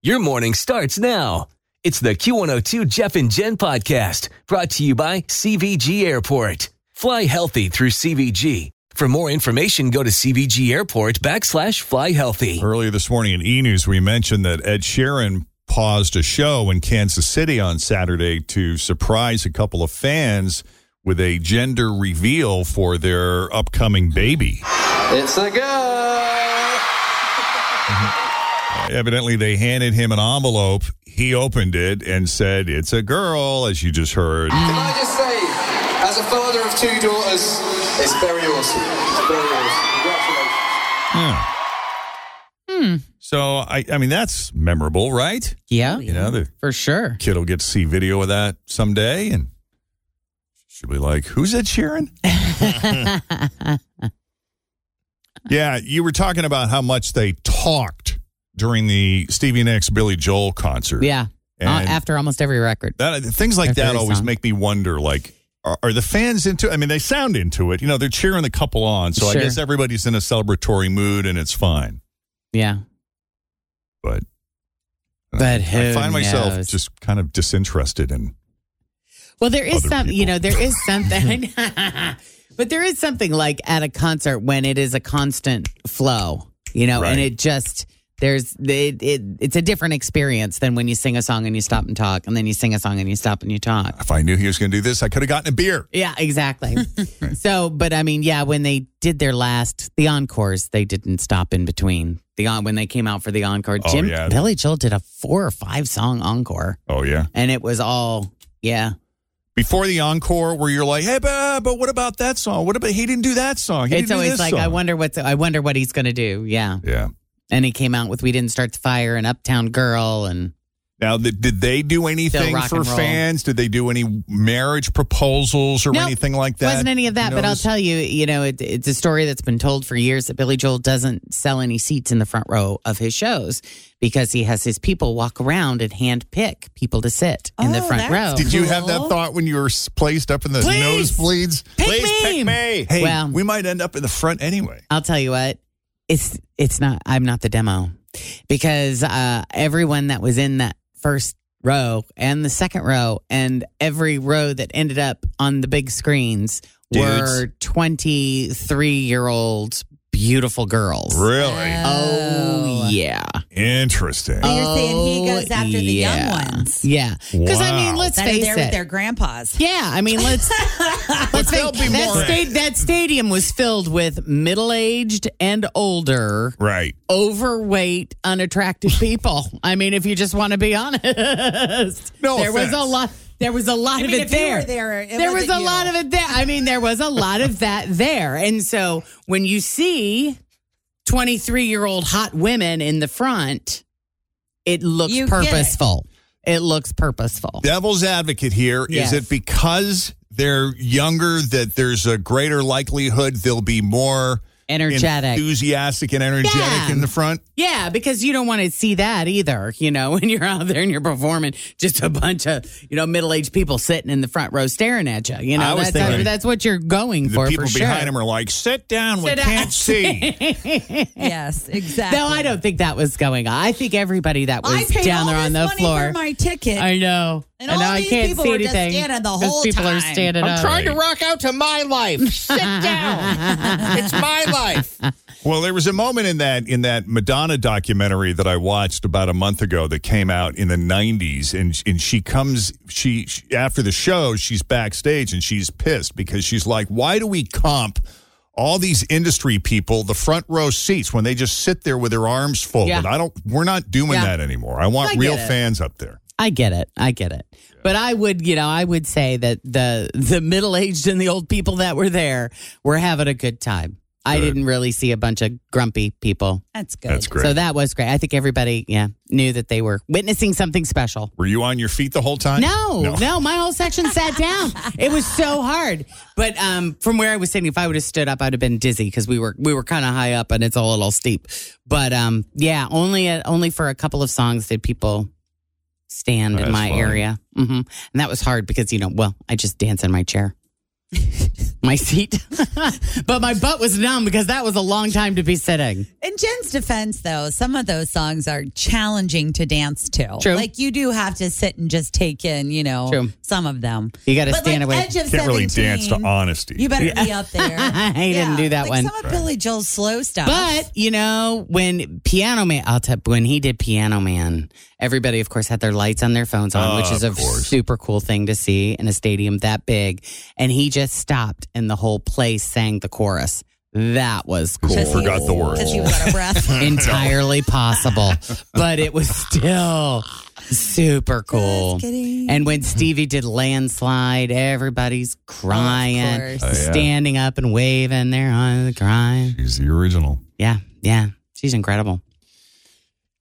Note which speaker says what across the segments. Speaker 1: Your morning starts now. It's the Q102 Jeff and Jen podcast brought to you by CVG Airport. Fly healthy through CVG. For more information, go to CVG Airport backslash fly healthy.
Speaker 2: Earlier this morning in E News, we mentioned that Ed Sheeran paused a show in Kansas City on Saturday to surprise a couple of fans with a gender reveal for their upcoming baby.
Speaker 3: It's a girl.
Speaker 2: Evidently, they handed him an envelope. He opened it and said, It's a girl, as you just heard.
Speaker 3: Can I just say, as a father of two daughters, it's very awesome. It's very awesome. Congratulations.
Speaker 2: Yeah.
Speaker 4: Hmm.
Speaker 2: So, I, I mean, that's memorable, right?
Speaker 4: Yeah,
Speaker 2: You know, the
Speaker 4: for sure.
Speaker 2: kid will get to see video of that someday and she'll be like, Who's Ed Sheeran? yeah, you were talking about how much they talked during the Stevie Nicks Billy Joel concert.
Speaker 4: Yeah. Uh,
Speaker 2: And-
Speaker 4: after almost every record.
Speaker 2: That things like
Speaker 4: After
Speaker 2: that
Speaker 4: every
Speaker 2: always
Speaker 4: song.
Speaker 2: make me wonder. Like, are, are the fans into? I mean, they sound into it. You know, they're cheering the couple on. So
Speaker 4: Sure.
Speaker 2: I guess everybody's in a celebratory mood, and it's fine.
Speaker 4: Yeah.
Speaker 2: But
Speaker 4: But
Speaker 2: I
Speaker 4: who
Speaker 2: find myself
Speaker 4: knows?
Speaker 2: just kind of disinterested in.
Speaker 4: Well, there is
Speaker 2: other
Speaker 4: some, you
Speaker 2: people.
Speaker 4: know, there is something, but there is something like at a concert when it is a constant flow, you know,
Speaker 2: Right.
Speaker 4: and it just there's it, it it's a different experience than when you sing a song and you stop and talk, and then you sing a song and you stop and you talk.
Speaker 2: If I knew he was going to do this, I could have gotten a beer.
Speaker 4: Yeah, exactly. So, but I mean, yeah, when they did their last the encores, they didn't stop in between the on when they came out for the encore.
Speaker 2: Oh,
Speaker 4: Jim
Speaker 2: yeah.
Speaker 4: Billy Joel did a four or five song encore,
Speaker 2: Oh yeah.
Speaker 4: and it was all yeah.
Speaker 2: Before the encore, where you're like, hey, but, but what about that song? What about he didn't do that song? He
Speaker 4: It's
Speaker 2: didn't do
Speaker 4: always
Speaker 2: this
Speaker 4: like I
Speaker 2: song."
Speaker 4: wonder what's I wonder what he's gonna do. Yeah.
Speaker 2: Yeah.
Speaker 4: And he came out with "We Didn't Start the Fire" and "Uptown Girl" and
Speaker 2: Now, th- did they do anything
Speaker 4: rock
Speaker 2: for
Speaker 4: and roll.
Speaker 2: fans? Did they do any marriage proposals or
Speaker 4: Nope.
Speaker 2: anything like that?
Speaker 4: wasn't any of that. But I'll
Speaker 2: Notice-
Speaker 4: tell you, you know, it, it's a story that's been told for years that Billy Joel doesn't sell any seats in the front row of his shows because he has his people walk around and hand pick people to sit in the
Speaker 5: Oh,
Speaker 4: front
Speaker 5: that's
Speaker 4: row.
Speaker 2: Did you have that
Speaker 5: Cool.
Speaker 2: thought when you were s- placed up in the
Speaker 4: Please!
Speaker 2: nosebleeds?
Speaker 4: Pick me!
Speaker 2: Hey,
Speaker 4: Well-
Speaker 2: we might end up in the front anyway.
Speaker 4: I'll tell you what, it's it's not. I'm not the demo because uh, everyone that was in that first row and the second row and every row that ended up on the big screens were 23 year old beautiful girls.
Speaker 2: Really
Speaker 4: Oh yeah.
Speaker 2: interesting.
Speaker 5: So you're saying he goes
Speaker 4: Oh,
Speaker 5: after the
Speaker 4: yeah.
Speaker 5: young ones
Speaker 4: Yeah, because I mean,
Speaker 2: Wow.
Speaker 4: let's
Speaker 5: that are
Speaker 4: face
Speaker 5: there
Speaker 4: it.
Speaker 5: with their grandpas.
Speaker 4: Yeah, I mean, let's let's
Speaker 2: they'll be
Speaker 4: think that,
Speaker 2: more-
Speaker 4: sta- that stadium was filled with middle-aged and older,
Speaker 2: right.
Speaker 4: overweight, unattractive people. I mean, if you just want to be honest,
Speaker 2: No
Speaker 4: there was a
Speaker 2: offense.
Speaker 4: lot. There was a lot
Speaker 5: I
Speaker 4: of
Speaker 5: mean,
Speaker 4: it
Speaker 5: if you
Speaker 4: there.
Speaker 5: were there, it
Speaker 4: there was
Speaker 5: wasn't
Speaker 4: a
Speaker 5: you.
Speaker 4: lot of it there. I mean, there was a lot of that there. And so when you see 23 year old hot women in the front, it looks
Speaker 5: You get it.
Speaker 4: purposeful. It. looks purposeful.
Speaker 2: Devil's advocate here is
Speaker 4: Yes.
Speaker 2: it because they're younger that there's a greater likelihood they'll be more
Speaker 4: Energetic.
Speaker 2: enthusiastic, and energetic
Speaker 4: Yeah.
Speaker 2: in the front?
Speaker 4: Yeah, because you don't want to see that either, you know, when you're out there and you're performing just a bunch of, you know, middle aged people sitting in the front row staring at you. You
Speaker 2: I
Speaker 4: know,
Speaker 2: was
Speaker 4: that's,
Speaker 2: thinking-
Speaker 4: that's what you're going
Speaker 2: The
Speaker 4: for.
Speaker 2: people
Speaker 4: for sure.
Speaker 2: behind him are like, sit down, we
Speaker 4: Sit down."
Speaker 2: can't see.
Speaker 5: Yes, exactly.
Speaker 4: No, I don't think that was going on. I think everybody that was
Speaker 5: I paid
Speaker 4: down
Speaker 5: all
Speaker 4: there on
Speaker 5: this
Speaker 4: the
Speaker 5: money
Speaker 4: floor.
Speaker 5: for my ticket.
Speaker 4: I know.
Speaker 5: And all
Speaker 4: now I
Speaker 5: these
Speaker 4: can't
Speaker 5: people
Speaker 4: see
Speaker 5: were just
Speaker 4: anything.
Speaker 5: standing the
Speaker 4: Those
Speaker 5: whole
Speaker 4: people are
Speaker 5: time.
Speaker 4: standing up.
Speaker 6: trying to rock out to my life. Sit down. it's my life.
Speaker 2: Well, there was a moment in that in that Madonna documentary that I watched about a month ago that came out in the '90s, and and she comes she, she after the show she's backstage and she's pissed because she's like, why do we comp all these industry people the front row seats when they just sit there with their arms folded?
Speaker 4: Yeah.
Speaker 2: I don't. We're not doing
Speaker 4: Yeah.
Speaker 2: that anymore. I want
Speaker 4: I get
Speaker 2: real
Speaker 4: it.
Speaker 2: fans up there.
Speaker 4: I get it. I get it. But I would, you know, I would say that the the middle aged and the old people that were there were having a good time. I
Speaker 2: Good.
Speaker 4: didn't really see a bunch of grumpy people.
Speaker 5: That's good.
Speaker 2: That's great.
Speaker 4: So that was great. I think everybody, yeah, knew that they were witnessing something special.
Speaker 2: were you on your feet the whole time?
Speaker 4: No, no, my whole section sat down. It was so hard. But um, from where I was sitting, if I would have stood up, I'd have been dizzy because we were we were kind of high up and it's a little steep. But um, yeah, only uh only for a couple of songs did people stand
Speaker 2: That's
Speaker 4: in my
Speaker 2: fine.
Speaker 4: area, hmm and that was hard because you know, well, I just dance in my chair. my seat, but my butt was numb because that was a long time to be sitting.
Speaker 5: In Jen's defense, though, some of those songs are challenging to dance to.
Speaker 4: True.
Speaker 5: Like you do have to sit and just take in, you know,
Speaker 4: True.
Speaker 5: some of them.
Speaker 4: You got to
Speaker 5: But
Speaker 4: stand
Speaker 5: like
Speaker 4: away.
Speaker 5: Edge of
Speaker 2: Can't really dance to
Speaker 5: 17,
Speaker 2: honesty.
Speaker 5: You better be up there.
Speaker 4: I didn't do that
Speaker 5: like
Speaker 4: one.
Speaker 5: Some of Billy Joel's slow stuff.
Speaker 4: But you know, when Piano Man, I'll tell, when he did Piano Man, everybody, of course, had their lights on their phones on, which
Speaker 2: Oh, Of
Speaker 4: is a
Speaker 2: course.
Speaker 4: super cool thing to see in a stadium that big. And he just stopped, and the whole place sang the chorus. That was cool.
Speaker 2: Because he- forgot the words.
Speaker 5: because he was out of breath.
Speaker 4: Entirely possible, but it was still super cool.
Speaker 5: Just kidding.
Speaker 4: And when Stevie did Landslide, everybody's crying,
Speaker 5: course. Oh,
Speaker 2: yeah.
Speaker 4: standing up and waving their arms, crying.
Speaker 2: She's the original.
Speaker 4: Yeah, yeah. She's incredible.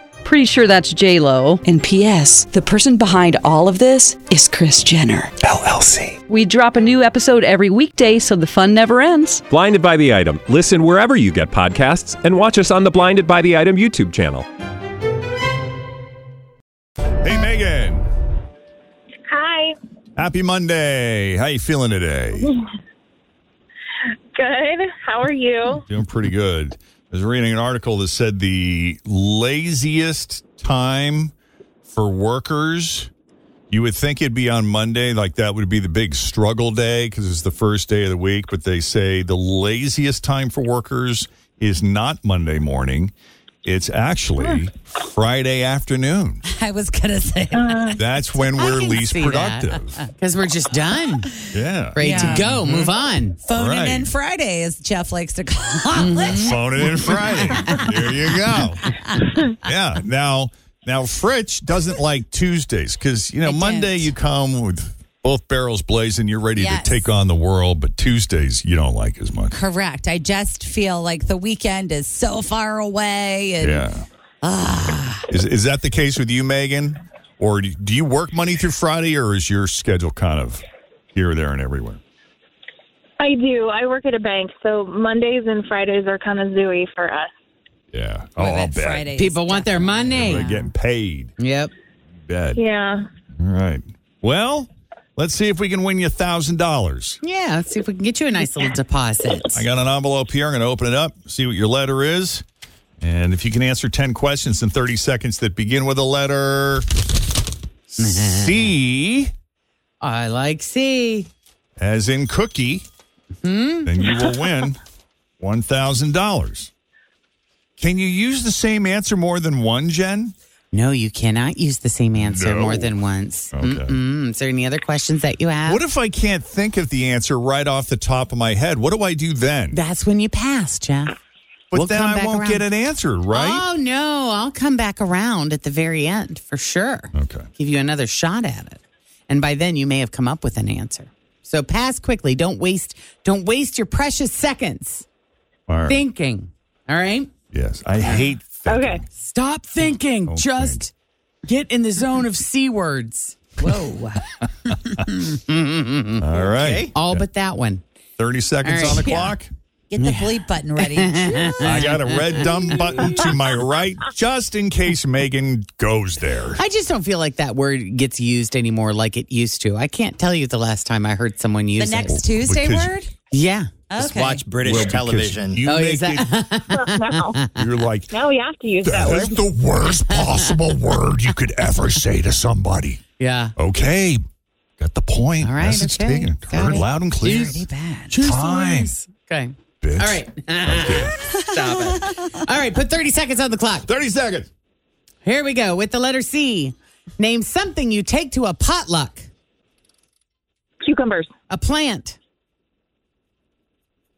Speaker 7: pretty sure that's J Lo. And P.S. The person behind all of this is Chris Jenner LLC. We drop a new episode every weekday, so the fun never ends.
Speaker 8: Blinded by the Item. Listen wherever you get podcasts and watch us on the Blinded by the Item YouTube channel.
Speaker 2: Hey, Megan.
Speaker 9: Hi.
Speaker 2: Happy Monday. How you feeling today?
Speaker 9: Good. How are you?
Speaker 2: Doing pretty good. I was reading an article that said the laziest time for workers. You would think it'd be on Monday, like that would be the big struggle day because it's the first day of the week. But they say the laziest time for workers is not Monday morning; it's actually Friday afternoon.
Speaker 5: I was gonna say that.
Speaker 2: That's when we're least productive.
Speaker 4: because we're just done,
Speaker 2: Yeah,
Speaker 4: ready to go, move on.
Speaker 5: Phoning
Speaker 2: Right.
Speaker 5: in Friday, as Jeff likes to call
Speaker 4: Mm-hmm.
Speaker 5: it.
Speaker 2: Phone it in Friday. there you go. Yeah. Now, now Fritch doesn't like Tuesdays because you know Monday you come with both barrels blazing, you're ready
Speaker 5: Yes.
Speaker 2: to take on the world, but Tuesdays you don't like as much.
Speaker 5: Correct. I just feel like the weekend is so far away, and
Speaker 2: Yeah. Is is that the case with you, Megan? Or do do you work Monday through Friday, or is your schedule kind of here, there, and everywhere?
Speaker 9: I do. I work at a bank, so Mondays and Fridays are kind of zooey for us.
Speaker 2: Yeah. Oh, I'll bet.
Speaker 4: People want their money.
Speaker 2: They're getting paid.
Speaker 4: Yep.
Speaker 2: Bet.
Speaker 9: Yeah.
Speaker 2: All right. Well, let's see if we can win you thousand dollars.
Speaker 4: Yeah, let's see if we can get you a nice little deposit.
Speaker 2: I got an envelope here. I'm going to open it up, see what your letter is. And if you can answer 10 questions in 30 seconds that begin with a letter C,
Speaker 4: I like C.
Speaker 2: as in cookie,
Speaker 4: Hmm?
Speaker 2: then you will win $1,000. Can you use the same answer more than one, Jen?
Speaker 4: No, you cannot use the same answer
Speaker 2: No.
Speaker 4: more than once. Mm-mm. Is there any other questions that you have?
Speaker 2: What if I can't think of the answer right off the top of my head? What do I do then?
Speaker 4: That's when you pass, Jeff.
Speaker 2: But
Speaker 4: We'll
Speaker 2: then
Speaker 4: come
Speaker 2: I
Speaker 4: back
Speaker 2: won't
Speaker 4: around.
Speaker 2: get an answer, right?
Speaker 4: Oh no, I'll come back around at the very end for sure.
Speaker 2: Okay.
Speaker 4: Give you another shot at it. And by then you may have come up with an answer. So pass quickly. Don't waste don't waste your precious seconds Oh,
Speaker 2: All right.
Speaker 4: thinking. All right?
Speaker 2: yes. I hate
Speaker 9: Okay.
Speaker 4: Stop thinking. Just get in the zone of C words. Whoa.
Speaker 2: All right.
Speaker 4: All but that one.
Speaker 2: 30 seconds
Speaker 4: All right.
Speaker 2: on the
Speaker 4: Yeah.
Speaker 2: clock.
Speaker 5: get the bleep button ready. I
Speaker 2: I got a red dumb button to my right just in case Megan goes there.
Speaker 4: I just don't feel like that word gets used anymore like it used to. I can't tell you the last time I heard someone
Speaker 5: The
Speaker 4: use it.
Speaker 5: next Tuesday
Speaker 2: Because-
Speaker 5: word.
Speaker 4: Yeah.
Speaker 5: Okay.
Speaker 10: Watch British
Speaker 2: Well, because
Speaker 10: television.
Speaker 2: You
Speaker 4: Oh,
Speaker 2: make
Speaker 4: is that-
Speaker 9: no.
Speaker 2: it, you're like,
Speaker 9: No, you have to use that
Speaker 2: that is
Speaker 9: word.
Speaker 2: the worst possible word you could ever say to somebody.
Speaker 4: yeah.
Speaker 2: Okay. Got the point.
Speaker 4: All right,
Speaker 2: Message
Speaker 4: okay.
Speaker 2: taken.
Speaker 4: Got
Speaker 2: Heard
Speaker 4: it.
Speaker 2: loud and clear.
Speaker 4: Jeez.
Speaker 5: Pretty bad.
Speaker 4: Choose the
Speaker 2: Fine.
Speaker 4: words. Okay.
Speaker 2: Bitch.
Speaker 4: All right. Stop it. All right, put 30 seconds on the clock.
Speaker 2: 30 seconds.
Speaker 4: Here we go with the letter C. Name something you take to a potluck,
Speaker 9: Cucumbers.
Speaker 4: a plant,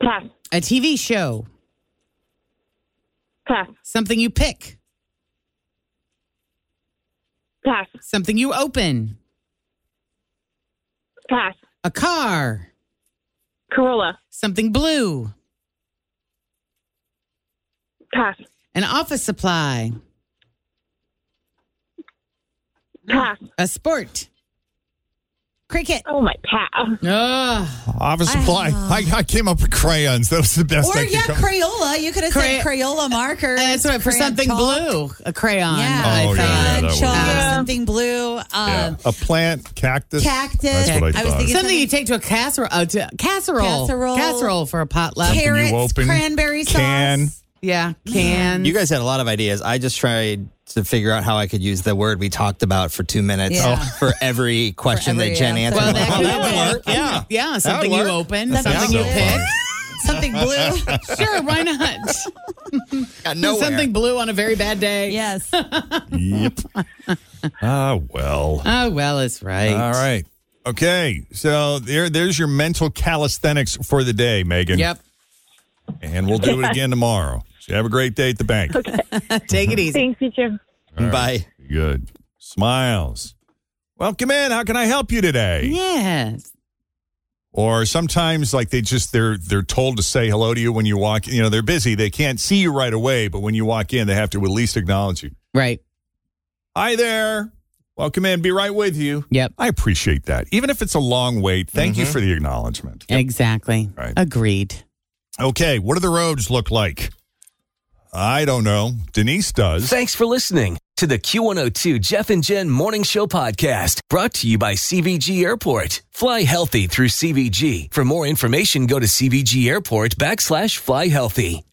Speaker 9: Pass.
Speaker 4: a TV show,
Speaker 9: Pass.
Speaker 4: something you pick,
Speaker 9: Pass.
Speaker 4: something you open,
Speaker 9: Pass.
Speaker 4: a car,
Speaker 9: Corolla.
Speaker 4: something blue,
Speaker 9: Pass.
Speaker 4: an office supply,
Speaker 9: Pass.
Speaker 4: a sport.
Speaker 5: Cricket.
Speaker 9: Oh my pass.
Speaker 4: Ah,
Speaker 2: Office supply. I, I came up with crayons. That was the best
Speaker 5: Or
Speaker 2: I could
Speaker 5: yeah,
Speaker 2: come
Speaker 5: Crayola. You could have said
Speaker 4: Cray-
Speaker 5: Crayola markers.
Speaker 4: and that's right for
Speaker 5: crayon
Speaker 4: something
Speaker 5: chalk.
Speaker 4: blue, a crayon.
Speaker 5: Yeah,
Speaker 4: I
Speaker 2: Oh, yeah, yeah,
Speaker 4: found.
Speaker 2: that
Speaker 5: crayon
Speaker 2: would've
Speaker 5: chalk,
Speaker 2: been-
Speaker 9: Yeah.
Speaker 5: something blue. Um,
Speaker 2: Yeah. A plant, cactus.
Speaker 5: Cactus.
Speaker 2: That's what I,
Speaker 5: I was
Speaker 2: thought.
Speaker 5: thinking-
Speaker 4: Something you take to a casserole, uh, to casserole,
Speaker 5: Casserole.
Speaker 4: casserole for a potluck.
Speaker 2: Something you
Speaker 5: Carrots,
Speaker 2: open,
Speaker 5: cranberry sauce.
Speaker 2: can.
Speaker 4: Yeah, cans.
Speaker 10: You guys had a lot of ideas. I just tried to figure out how I could use the word we talked about for two minutes
Speaker 5: Yeah.
Speaker 10: for every question
Speaker 5: every
Speaker 10: that Jen
Speaker 5: answer.
Speaker 10: answered.
Speaker 4: Well, that
Speaker 10: Oh,
Speaker 4: could
Speaker 10: would
Speaker 4: work.
Speaker 10: work. Yeah.
Speaker 4: Yeah,
Speaker 10: That
Speaker 4: something
Speaker 10: would
Speaker 4: you
Speaker 10: work.
Speaker 4: open,
Speaker 10: That
Speaker 4: something
Speaker 10: sounds
Speaker 4: you
Speaker 10: so
Speaker 4: pick.
Speaker 10: fun.
Speaker 5: something blue.
Speaker 4: Sure, why not?
Speaker 10: Got nowhere.
Speaker 4: Something blue on a very bad day.
Speaker 5: yes.
Speaker 2: Yep. Ah, well.
Speaker 4: Oh well, it's right.
Speaker 2: All right. Okay. So there, there's your mental calisthenics for the day, Megan.
Speaker 4: Yep.
Speaker 2: And we'll do it again tomorrow. So have a great day at the bank.
Speaker 4: Take it easy.
Speaker 9: Thanks, you, Jim.
Speaker 10: Bye.
Speaker 2: Good. Smiles. Well, come in. How can I help you today?
Speaker 4: Yes.
Speaker 2: Or sometimes like they just they're they're told to say hello to you when you walk. You know, they're busy. They can't see you right away, but when you walk in, they have to at least acknowledge you.
Speaker 4: Right.
Speaker 2: Hi there. Welcome in. Be right with you.
Speaker 4: Yep.
Speaker 2: I appreciate that. Even if it's a long wait, thank you
Speaker 4: Mhm.
Speaker 2: for the acknowledgement.
Speaker 4: Exactly.
Speaker 2: Right.
Speaker 4: Agreed.
Speaker 2: Okay. What do the roads look like? I don't know. Denise does.
Speaker 1: Thanks for listening to the Q102 Jeff and Jen Morning Show Podcast, brought to you by CVG Airport. Fly healthy through CVG. For more information, go to CVG Airport backslash fly healthy.